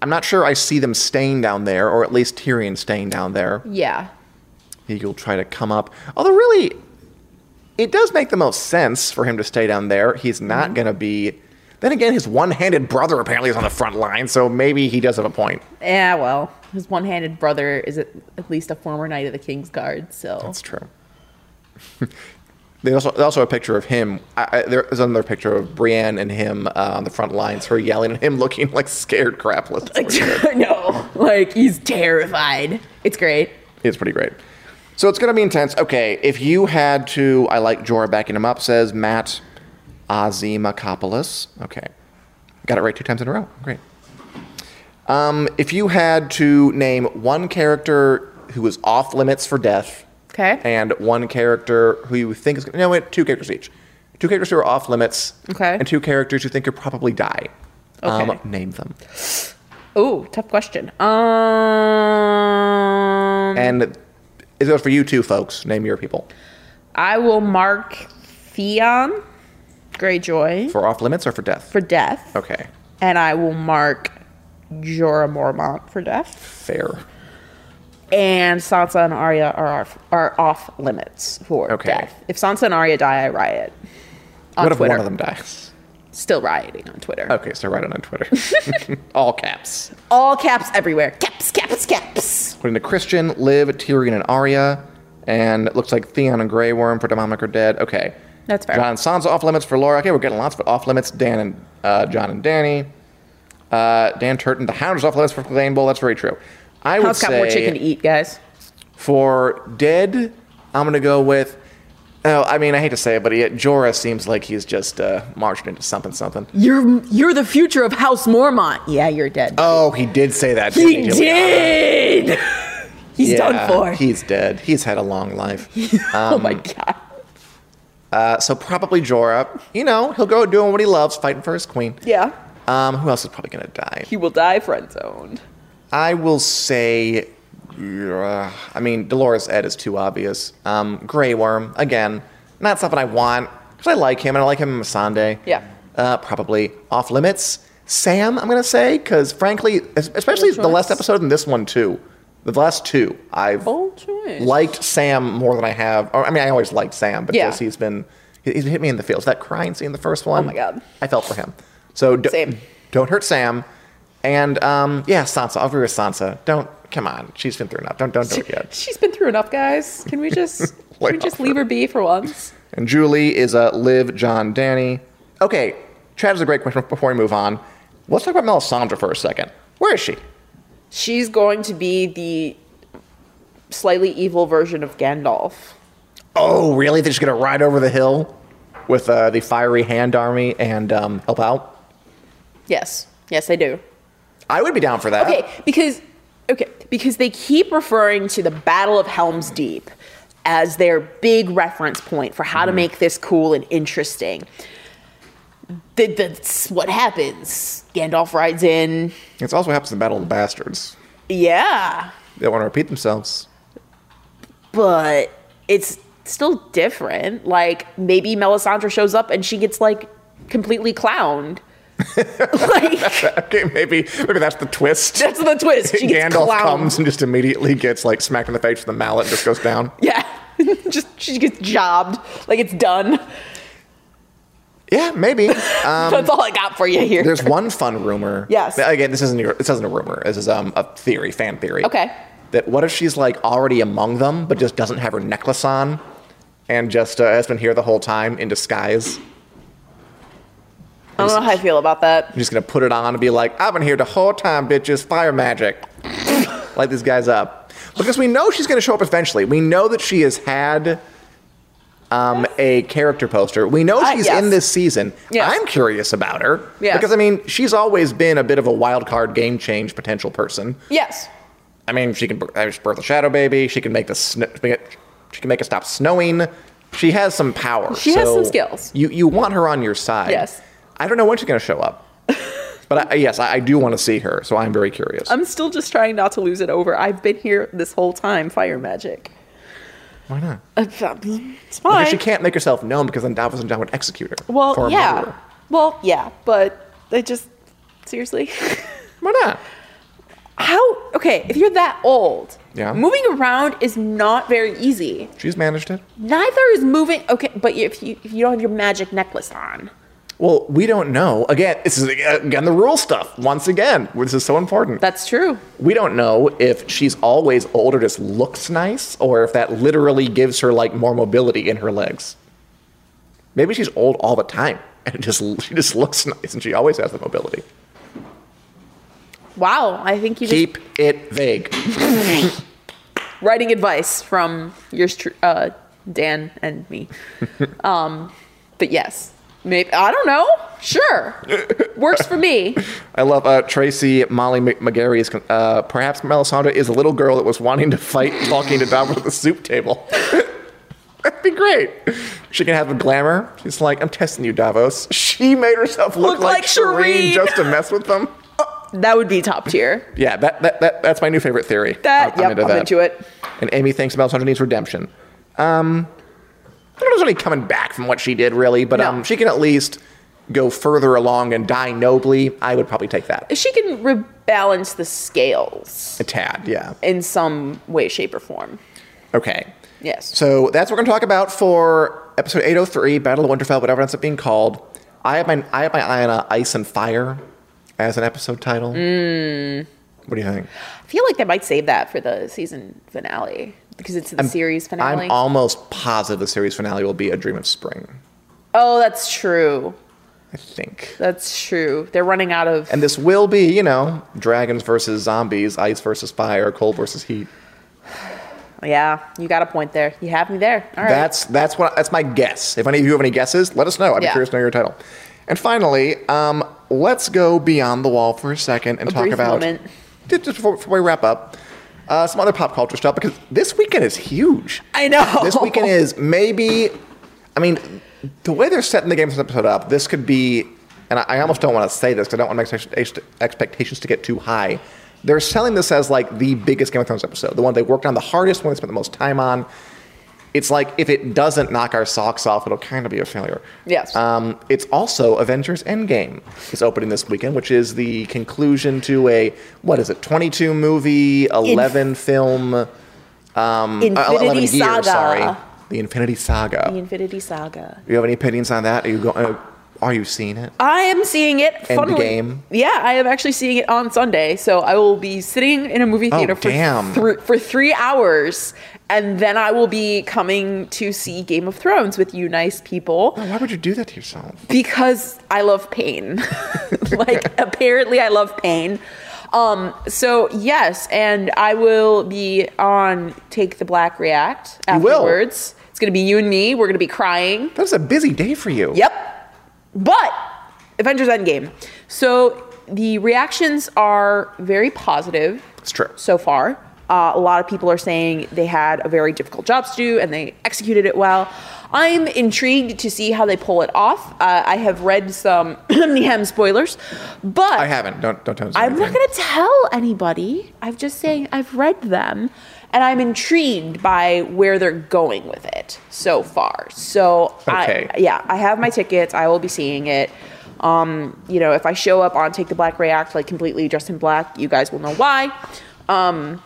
[SPEAKER 1] I'm not sure I see them staying down there, or at least Tyrion staying down there.
[SPEAKER 2] Yeah.
[SPEAKER 1] he'll try to come up. Although, really, it does make the most sense for him to stay down there. He's not going to be. Then again, his one handed brother apparently is on the front line, so maybe he does have a point.
[SPEAKER 2] Yeah, well, his one handed brother is at, at least a former Knight of the King's Guard, so.
[SPEAKER 1] That's true. There's also, there's also a picture of him. I, I, there's another picture of Brienne and him uh, on the front lines, her yelling and him looking like scared crapless. It's pretty good.
[SPEAKER 2] no, like he's terrified. It's great.
[SPEAKER 1] It's pretty great. So it's going to be intense. Okay, if you had to, I like Jorah backing him up, says Matt Azimakopoulos. Okay. Got it right two times in a row. Great. Um, if you had to name one character who is off limits for death,
[SPEAKER 2] Okay.
[SPEAKER 1] and one character who you think is no, wait, two characters each, two characters who are off limits,
[SPEAKER 2] Okay.
[SPEAKER 1] and two characters you think could probably die.
[SPEAKER 2] Okay.
[SPEAKER 1] Um, name them.
[SPEAKER 2] Oh, tough question. Um,
[SPEAKER 1] And it goes for you too, folks. Name your people.
[SPEAKER 2] I will mark Theon Greyjoy
[SPEAKER 1] For off limits or for death?
[SPEAKER 2] for death,
[SPEAKER 1] Okay,
[SPEAKER 2] and I will mark Jorah Mormont for death,
[SPEAKER 1] fair.
[SPEAKER 2] and Sansa and Arya are off, are off limits for
[SPEAKER 1] Okay.
[SPEAKER 2] death. If Sansa and Arya die, I riot. On
[SPEAKER 1] what if
[SPEAKER 2] Twitter.
[SPEAKER 1] one of them dies?
[SPEAKER 2] Still rioting on Twitter.
[SPEAKER 1] Okay, so write it on Twitter. All caps.
[SPEAKER 2] All caps everywhere. Caps, caps, caps.
[SPEAKER 1] Put into Christian, Liv, Tyrion, and Arya. And it looks like Theon and Grey Worm for Dominic are dead. Okay.
[SPEAKER 2] That's fair.
[SPEAKER 1] John and Sansa off limits for Laura. Okay, we're getting lots of off limits. Dan and uh, John and Danny. Uh, Dan Turton, the Hound is off limits for Clegane Bowl. That's very true. I would
[SPEAKER 2] House got more chicken to
[SPEAKER 1] say
[SPEAKER 2] eat, guys.
[SPEAKER 1] for dead, I'm gonna go with. Oh, I mean, I hate to say it, but yet Jorah seems like he's just uh, marched into something, something.
[SPEAKER 2] You're you're the future of House Mormont. Yeah, you're dead.
[SPEAKER 1] Oh, he did say that.
[SPEAKER 2] he
[SPEAKER 1] didn't
[SPEAKER 2] did. He's
[SPEAKER 1] Yeah,
[SPEAKER 2] done for.
[SPEAKER 1] He's dead. He's had a long life. Um,
[SPEAKER 2] oh my god.
[SPEAKER 1] Uh, so probably Jorah. You know, he'll go doing what he loves, fighting for his queen.
[SPEAKER 2] Yeah.
[SPEAKER 1] Um, who else is probably gonna die?
[SPEAKER 2] He will die friend zoned.
[SPEAKER 1] I will say. uh, I mean, Dolores Ed is too obvious. Um, Grey Worm again, not something I want because I like him and I like him in Masande.
[SPEAKER 2] Yeah.
[SPEAKER 1] Uh, probably off limits. Sam, I'm gonna say because frankly, es- especially the last episode and this one too, the last two, I've
[SPEAKER 2] Bold choice.
[SPEAKER 1] liked Sam more than I have. Or, I mean, I always liked Sam, but
[SPEAKER 2] Yeah. Oh
[SPEAKER 1] just he's been he- he's hit me in the feels. That crying scene in the first one.
[SPEAKER 2] my God.
[SPEAKER 1] I felt for him. So d-
[SPEAKER 2] Same.
[SPEAKER 1] don't hurt Sam. And um, yeah, Sansa. I'll agree with Sansa. Don't come on. She's been through enough. Don't don't do it yet.
[SPEAKER 2] She's been through enough, guys. Can we just can we
[SPEAKER 1] Lay
[SPEAKER 2] just
[SPEAKER 1] off her.
[SPEAKER 2] leave her be for once?
[SPEAKER 1] And Julie is uh, Liv, John, Danny. Okay, Chad is a great question before we move on. Let's talk about Melisandre for a second. Where is she?
[SPEAKER 2] She's going to be the slightly evil version of Gandalf.
[SPEAKER 1] Oh, really? They're just gonna ride over the hill with uh, the Fiery Hand Army and um, help out?
[SPEAKER 2] Yes. Yes, I do.
[SPEAKER 1] I would be down for that.
[SPEAKER 2] Okay, because okay, because they keep referring to the Battle of Helm's Deep as their big reference point for how to make this cool and interesting. Th- That's what happens. Gandalf rides in.
[SPEAKER 1] It's also happens in Battle of the Bastards.
[SPEAKER 2] Yeah,
[SPEAKER 1] They want to repeat themselves.
[SPEAKER 2] but it's still different. Like maybe Melisandre shows up and she gets like completely clowned. like
[SPEAKER 1] Okay, maybe maybe that's the twist.
[SPEAKER 2] that's the twist. She gets
[SPEAKER 1] Gandalf
[SPEAKER 2] clowned.
[SPEAKER 1] comes and just immediately gets like smacked in the face with a mallet, and just goes down.
[SPEAKER 2] Yeah. Just she gets jobbed. Like it's done.
[SPEAKER 1] Yeah, maybe. Um,
[SPEAKER 2] That's all I got for you here.
[SPEAKER 1] there's one fun rumor.
[SPEAKER 2] Yes.
[SPEAKER 1] Again, this isn't your, this isn't a rumor. This is um, a theory, fan theory.
[SPEAKER 2] Okay.
[SPEAKER 1] That what if she's like already among them, but just doesn't have her necklace on, and just uh, has been here the whole time in disguise.
[SPEAKER 2] I don't know how I feel about that.
[SPEAKER 1] I'm just gonna put it on and be like, I've been here the whole time, bitches. Fire magic. Light these guys up. Because we know she's gonna show up eventually. We know that she has had um, a character poster. We know
[SPEAKER 2] Uh,
[SPEAKER 1] she's
[SPEAKER 2] yes.
[SPEAKER 1] in this season.
[SPEAKER 2] Yes.
[SPEAKER 1] I'm curious about her.
[SPEAKER 2] Yes.
[SPEAKER 1] Because I mean, she's always been a bit of a wild card game change potential person.
[SPEAKER 2] Yes.
[SPEAKER 1] I mean, she can bir- uh, birth a shadow baby. She can make the sn- she can make it stop snowing. She has some power.
[SPEAKER 2] She has
[SPEAKER 1] so
[SPEAKER 2] some skills.
[SPEAKER 1] You you want her on your side.
[SPEAKER 2] Yes.
[SPEAKER 1] I don't know when she's going to show up, but I, yes, I, I do want to see her. So I'm very curious.
[SPEAKER 2] I'm still just trying not to lose it over. I've been here this whole time, fire magic.
[SPEAKER 1] Why not?
[SPEAKER 2] It's
[SPEAKER 1] Because
[SPEAKER 2] uh, fine.
[SPEAKER 1] she can't make herself known because then Davos and John would execute her. for
[SPEAKER 2] well,
[SPEAKER 1] a
[SPEAKER 2] yeah.
[SPEAKER 1] murder.
[SPEAKER 2] Well, yeah, but I just seriously.
[SPEAKER 1] Why not?
[SPEAKER 2] How okay, if you're that old,
[SPEAKER 1] Yeah.
[SPEAKER 2] moving around is not very easy.
[SPEAKER 1] She's managed it.
[SPEAKER 2] Neither is moving okay, but if you if you don't have your magic necklace on.
[SPEAKER 1] Well, we don't know. Again, this is again the rule stuff. Once again, this is so important.
[SPEAKER 2] That's true.
[SPEAKER 1] We don't know if she's always old or just looks nice, or if that literally gives her like more mobility in her legs. Maybe she's old all the time and it just she just looks nice and she always has the mobility.
[SPEAKER 2] Wow, I think you
[SPEAKER 1] Keep it vague.
[SPEAKER 2] just writing advice from yours, tr- uh, Dan and me. um, but yes, maybe I don't know. Sure, works for me.
[SPEAKER 1] I love uh, Tracy Molly Mc- McGarry's. Uh, perhaps Melisandre is a little girl that was wanting to fight, talking to Davos at the soup table. That'd be great. She can have the glamour. She's like, I'm testing you, Davos. She made herself look,
[SPEAKER 2] Look like Shireen.
[SPEAKER 1] just to mess with them.
[SPEAKER 2] That would be top tier.
[SPEAKER 1] Yeah, that, that, that that's my new favorite theory.
[SPEAKER 2] That yep, I'm into it.
[SPEAKER 1] And Amy thinks Melisandre needs redemption. Um, I don't know if there's any coming back from what she did, really, but
[SPEAKER 2] No.
[SPEAKER 1] um, she can at least go further along and die nobly. I would probably take that.
[SPEAKER 2] She can rebalance the scales
[SPEAKER 1] A tad, yeah.
[SPEAKER 2] in some way, shape, or form.
[SPEAKER 1] Okay.
[SPEAKER 2] Yes.
[SPEAKER 1] So that's what we're going to talk about for episode 803, Battle of Winterfell, whatever it ends up being called. I have my I have my eye on uh, Ice and Fire as an episode title.
[SPEAKER 2] Mm.
[SPEAKER 1] What do you think?
[SPEAKER 2] I feel like they might save that for the season finale because it's the series finale.
[SPEAKER 1] I'm almost positive the series finale will be A Dream of Spring.
[SPEAKER 2] oh, that's true.
[SPEAKER 1] I think.
[SPEAKER 2] That's true. They're running out of.
[SPEAKER 1] And this will be, you know, dragons versus zombies, ice versus fire, cold versus heat.
[SPEAKER 2] yeah, you got a point there. You have me there. All right.
[SPEAKER 1] That's that's what that's my guess. If any of you have any guesses, let us know. I'd be
[SPEAKER 2] Yeah.
[SPEAKER 1] curious to know your title. And finally, um, let's go beyond the wall for a second and talk
[SPEAKER 2] brief
[SPEAKER 1] about
[SPEAKER 2] moment.
[SPEAKER 1] just just before, before we wrap up uh, some other pop culture stuff because this weekend is huge.
[SPEAKER 2] I know.
[SPEAKER 1] This weekend is maybe. I mean, the way they're setting the game's episode up, this could be, and I, I almost don't want to say this because I don't want my expect- expectations to get too high. They're selling this as like the biggest Game of Thrones episode, the one they worked on the hardest, one they spent the most time on. It's like if it doesn't knock our socks off, it'll kind of be a failure.
[SPEAKER 2] Yes.
[SPEAKER 1] Um, it's also Avengers Endgame is opening this weekend, which is the conclusion to a what is it, 22 movie, 11 film. Uh,
[SPEAKER 2] Infinity
[SPEAKER 1] 11 years,
[SPEAKER 2] Saga.
[SPEAKER 1] sorry. The Infinity Saga.
[SPEAKER 2] The Infinity Saga.
[SPEAKER 1] Do you have any opinions on that? Are you going? Uh, are you seeing it?
[SPEAKER 2] I am seeing it.
[SPEAKER 1] Endgame.
[SPEAKER 2] Yeah, I am actually seeing it on Sunday. So I will be sitting in a movie
[SPEAKER 1] Oh,
[SPEAKER 2] theater for,
[SPEAKER 1] damn.
[SPEAKER 2] thr- for three hours, and then I will be coming to see Game of Thrones with you, nice people,
[SPEAKER 1] Why would you do that to yourself?
[SPEAKER 2] because I love pain. like apparently, I love pain. Um, so yes, and I will be on Take the Black React
[SPEAKER 1] will.
[SPEAKER 2] afterwards. It's going to be you and me. We're going to be crying.
[SPEAKER 1] That was a busy day for you.
[SPEAKER 2] Yep. But Avengers Endgame. So the reactions are very positive
[SPEAKER 1] It's true.
[SPEAKER 2] so far. Uh, a lot of people are saying they had a very difficult job to do and they executed it well. I'm intrigued to see how they pull it off. Uh, I have read some Nihem spoilers, but
[SPEAKER 1] I haven't. Don't don't tell me.
[SPEAKER 2] I'm not going to tell anybody. I'm just saying I've read them and I'm intrigued by where they're going with it so far. So,
[SPEAKER 1] Okay.
[SPEAKER 2] I, yeah, I have my tickets. I will be seeing it. Um, you know, if I show up on Take the Black React, like completely dressed in black, you guys will know why. Um,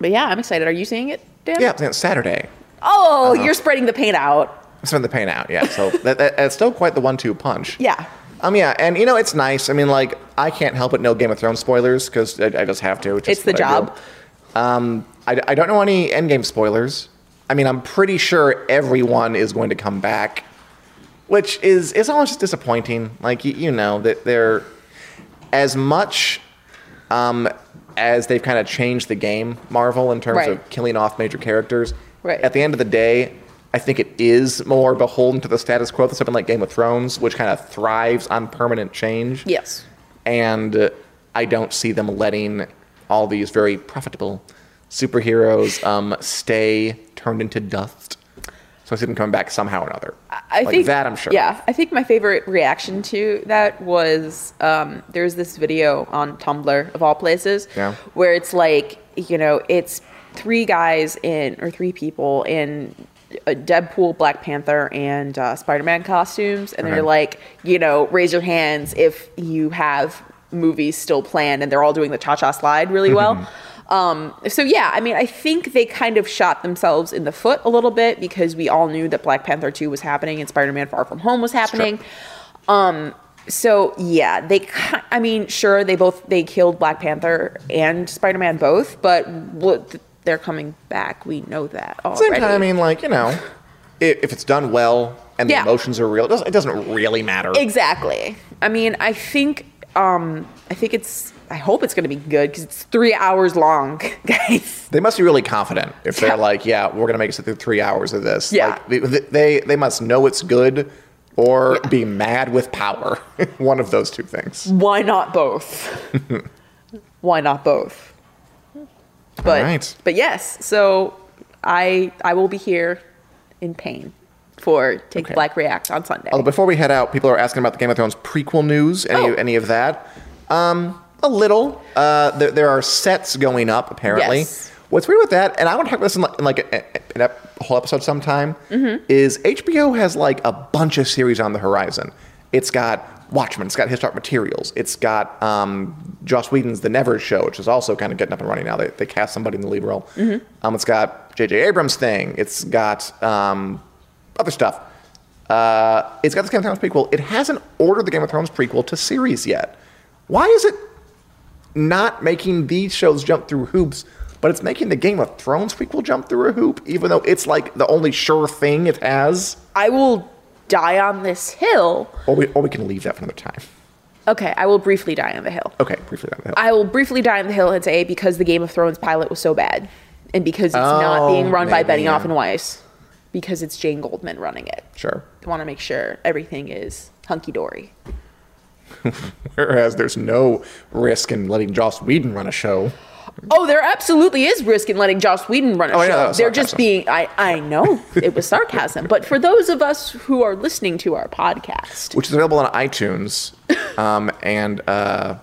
[SPEAKER 2] but yeah, I'm excited. Are you seeing it, Dan?
[SPEAKER 1] Yeah, Uh-huh. it's on Saturday.
[SPEAKER 2] Oh, you're spreading the paint out.
[SPEAKER 1] I spent the pain out. Yeah, so that, that, that's still quite the one-two punch.
[SPEAKER 2] Yeah.
[SPEAKER 1] Um. Yeah, and you know it's nice. I mean, like I can't help but know Game of Thrones spoilers because I, I just have to. just
[SPEAKER 2] It's the
[SPEAKER 1] what I do.
[SPEAKER 2] job.
[SPEAKER 1] Um. I, I don't know any Endgame spoilers. I mean, I'm pretty sure everyone is going to come back, which is is almost just disappointing. Like you, you know that they're as much um, as they've kind of changed the game, Marvel, in terms
[SPEAKER 2] Right.
[SPEAKER 1] of killing off major characters.
[SPEAKER 2] Right.
[SPEAKER 1] At the end of the day, I think it is more beholden to the status quo than something like Game of Thrones, which kind of thrives on permanent change.
[SPEAKER 2] Yes.
[SPEAKER 1] And uh, I don't see them letting all these very profitable superheroes um, stay turned into dust. So I see them coming back somehow or another.
[SPEAKER 2] I
[SPEAKER 1] like
[SPEAKER 2] think
[SPEAKER 1] that I'm sure.
[SPEAKER 2] Yeah, I think my favorite reaction to that was um, there's this video on Tumblr of all places,
[SPEAKER 1] Yeah.
[SPEAKER 2] where it's like you know it's three guys in or three people in a Deadpool, Black Panther, and uh, Spider-Man costumes, and they're
[SPEAKER 1] Okay.
[SPEAKER 2] like you know raise your hands if you have movies still planned, and they're all doing the cha-cha slide really well. Um, so yeah, I mean, I think they kind of shot themselves in the foot a little bit because we all knew that Black Panther 2 was happening and Spider-Man Far From Home was happening. Um, so yeah, they ki- I mean, sure they both they killed Black Panther and Spider-Man both, but what, they're coming back. We know that
[SPEAKER 1] At the
[SPEAKER 2] already.
[SPEAKER 1] same time, I mean, like you know, if, if it's done well and the
[SPEAKER 2] Yeah.
[SPEAKER 1] emotions are real, it doesn't, it doesn't really matter.
[SPEAKER 2] Exactly. I mean, I think um I think it's I hope it's going to be good cuz it's 3 hours long, guys.
[SPEAKER 1] They must be really confident if they're
[SPEAKER 2] Yeah.
[SPEAKER 1] like, yeah, we're gonna make it through three hours of this.
[SPEAKER 2] Yeah.
[SPEAKER 1] Like, they, they they must know it's good, or be mad with power. One of those two things.
[SPEAKER 2] Why not both? Why not both? But
[SPEAKER 1] right.
[SPEAKER 2] but yes, so I I will be here in pain for Take
[SPEAKER 1] Okay.
[SPEAKER 2] Black React on Sunday.
[SPEAKER 1] Although before we head out, people are asking about the Game of Thrones prequel news. Any
[SPEAKER 2] Oh.
[SPEAKER 1] any of that? Um, a little. Uh, there, there are sets going up apparently.
[SPEAKER 2] Yes.
[SPEAKER 1] What's weird with that, and I want to talk about this in like, in like a, a- an ep- whole episode sometime, is HBO has like a bunch of series on the horizon. It's got Watchmen, it's got Historic Materials, it's got um, Joss Whedon's The Never Show, which is also kind of getting up and running now. They, they cast somebody in the lead role. Um, it's got J.J. Abrams' thing, it's got um, other stuff. Uh, it's got this Game of Thrones prequel. It hasn't ordered the Game of Thrones prequel to series yet. Why is it not making these shows jump through hoops, but it's making the Game of Thrones prequel jump through a hoop, even though it's like the only sure thing it has.
[SPEAKER 2] I will die on this hill.
[SPEAKER 1] Or we, or we can leave that for another time.
[SPEAKER 2] Okay, I will briefly die on the hill.
[SPEAKER 1] Okay, briefly on that.
[SPEAKER 2] I will briefly die on the hill and say because the Game of Thrones pilot was so bad, and because it's not
[SPEAKER 1] Oh,
[SPEAKER 2] being run by
[SPEAKER 1] maybe,
[SPEAKER 2] Benioff
[SPEAKER 1] yeah.
[SPEAKER 2] and Weiss, because it's Jane Goldman running it.
[SPEAKER 1] Sure.
[SPEAKER 2] I want to make sure everything is hunky dory.
[SPEAKER 1] Whereas there's no risk in letting Joss Whedon run a show.
[SPEAKER 2] Oh, there absolutely is risk in letting Joss Whedon run a
[SPEAKER 1] Oh, I know, that
[SPEAKER 2] show.
[SPEAKER 1] was
[SPEAKER 2] They're just
[SPEAKER 1] sarcasm.
[SPEAKER 2] being I I know it was sarcasm, but for those of us who are listening to our podcast,
[SPEAKER 1] which is available on iTunes um, and uh,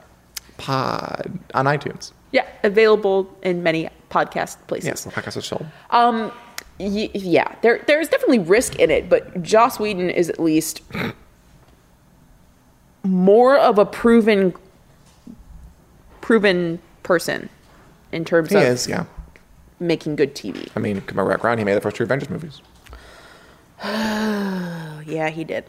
[SPEAKER 1] Pod on iTunes.
[SPEAKER 2] yeah, available in many podcast places.
[SPEAKER 1] Yes, the podcast is sold.
[SPEAKER 2] Um, Y- yeah, there there is definitely risk in it, but Joss Whedon is at least more of a proven proven person in terms
[SPEAKER 1] He
[SPEAKER 2] of
[SPEAKER 1] is, yeah.
[SPEAKER 2] making good TV.
[SPEAKER 1] I mean, come around, he made the first two Avengers movies.
[SPEAKER 2] Oh, yeah, he did.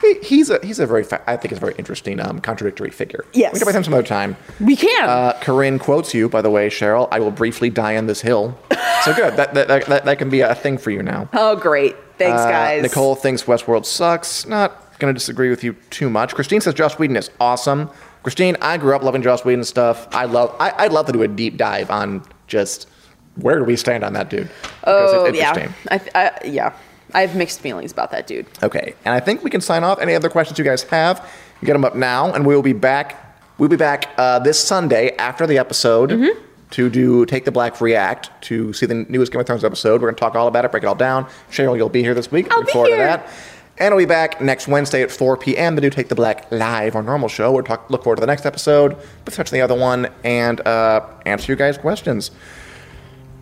[SPEAKER 1] He, he's a he's a very fa- I think it's a very interesting um, contradictory figure.
[SPEAKER 2] Yes.
[SPEAKER 1] we can talk about him some other time.
[SPEAKER 2] We can.
[SPEAKER 1] Uh, Corinne quotes you, by the way, Cheryl. I will briefly die on this hill. So good. That that, that, that, that can be a thing for you now.
[SPEAKER 2] oh, great. Thanks,
[SPEAKER 1] Uh,
[SPEAKER 2] guys.
[SPEAKER 1] Nicole thinks Westworld sucks. Not going to disagree with you too much. Christine says Joss Whedon is awesome. Christine, I grew up loving Joss Whedon stuff. I love. I, I'd love to do a deep dive on just Where do we stand on that dude? Because
[SPEAKER 2] Oh,
[SPEAKER 1] it's
[SPEAKER 2] yeah. I, th- I, yeah. I have mixed feelings about that dude.
[SPEAKER 1] Okay, and I think we can sign off. Any other questions you guys have, you get them up now, and we will be back. We'll be back uh, this Sunday after the episode
[SPEAKER 2] Mm-hmm.
[SPEAKER 1] to do take the black react to see the newest Game of Thrones episode. We're gonna talk all about it, break it all down. Cheryl, you'll be here this week.
[SPEAKER 2] I'll
[SPEAKER 1] Looking
[SPEAKER 2] be
[SPEAKER 1] forward to
[SPEAKER 2] here.
[SPEAKER 1] that. And we'll be back next Wednesday at 4 p.m. to do Take the Black live or normal show. We'll talk, look forward to the next episode, potentially the other one, and uh, answer you guys' questions.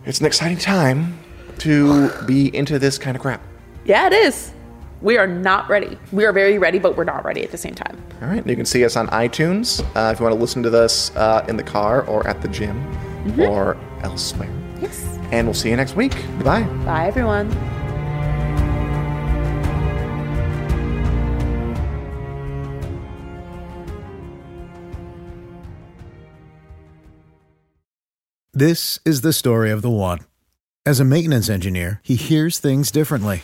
[SPEAKER 1] It's an exciting time to be into this kind of crap.
[SPEAKER 2] Yeah, it is. We are not ready. We are very ready, but we're not ready at the same time.
[SPEAKER 1] All right, and you can see us on iTunes uh, if you want to listen to this uh, in the car or at the gym or elsewhere.
[SPEAKER 2] Yes.
[SPEAKER 1] And we'll see you next week. Bye.
[SPEAKER 2] Bye, everyone.
[SPEAKER 6] This is the story of the one. As a maintenance engineer, he hears things differently.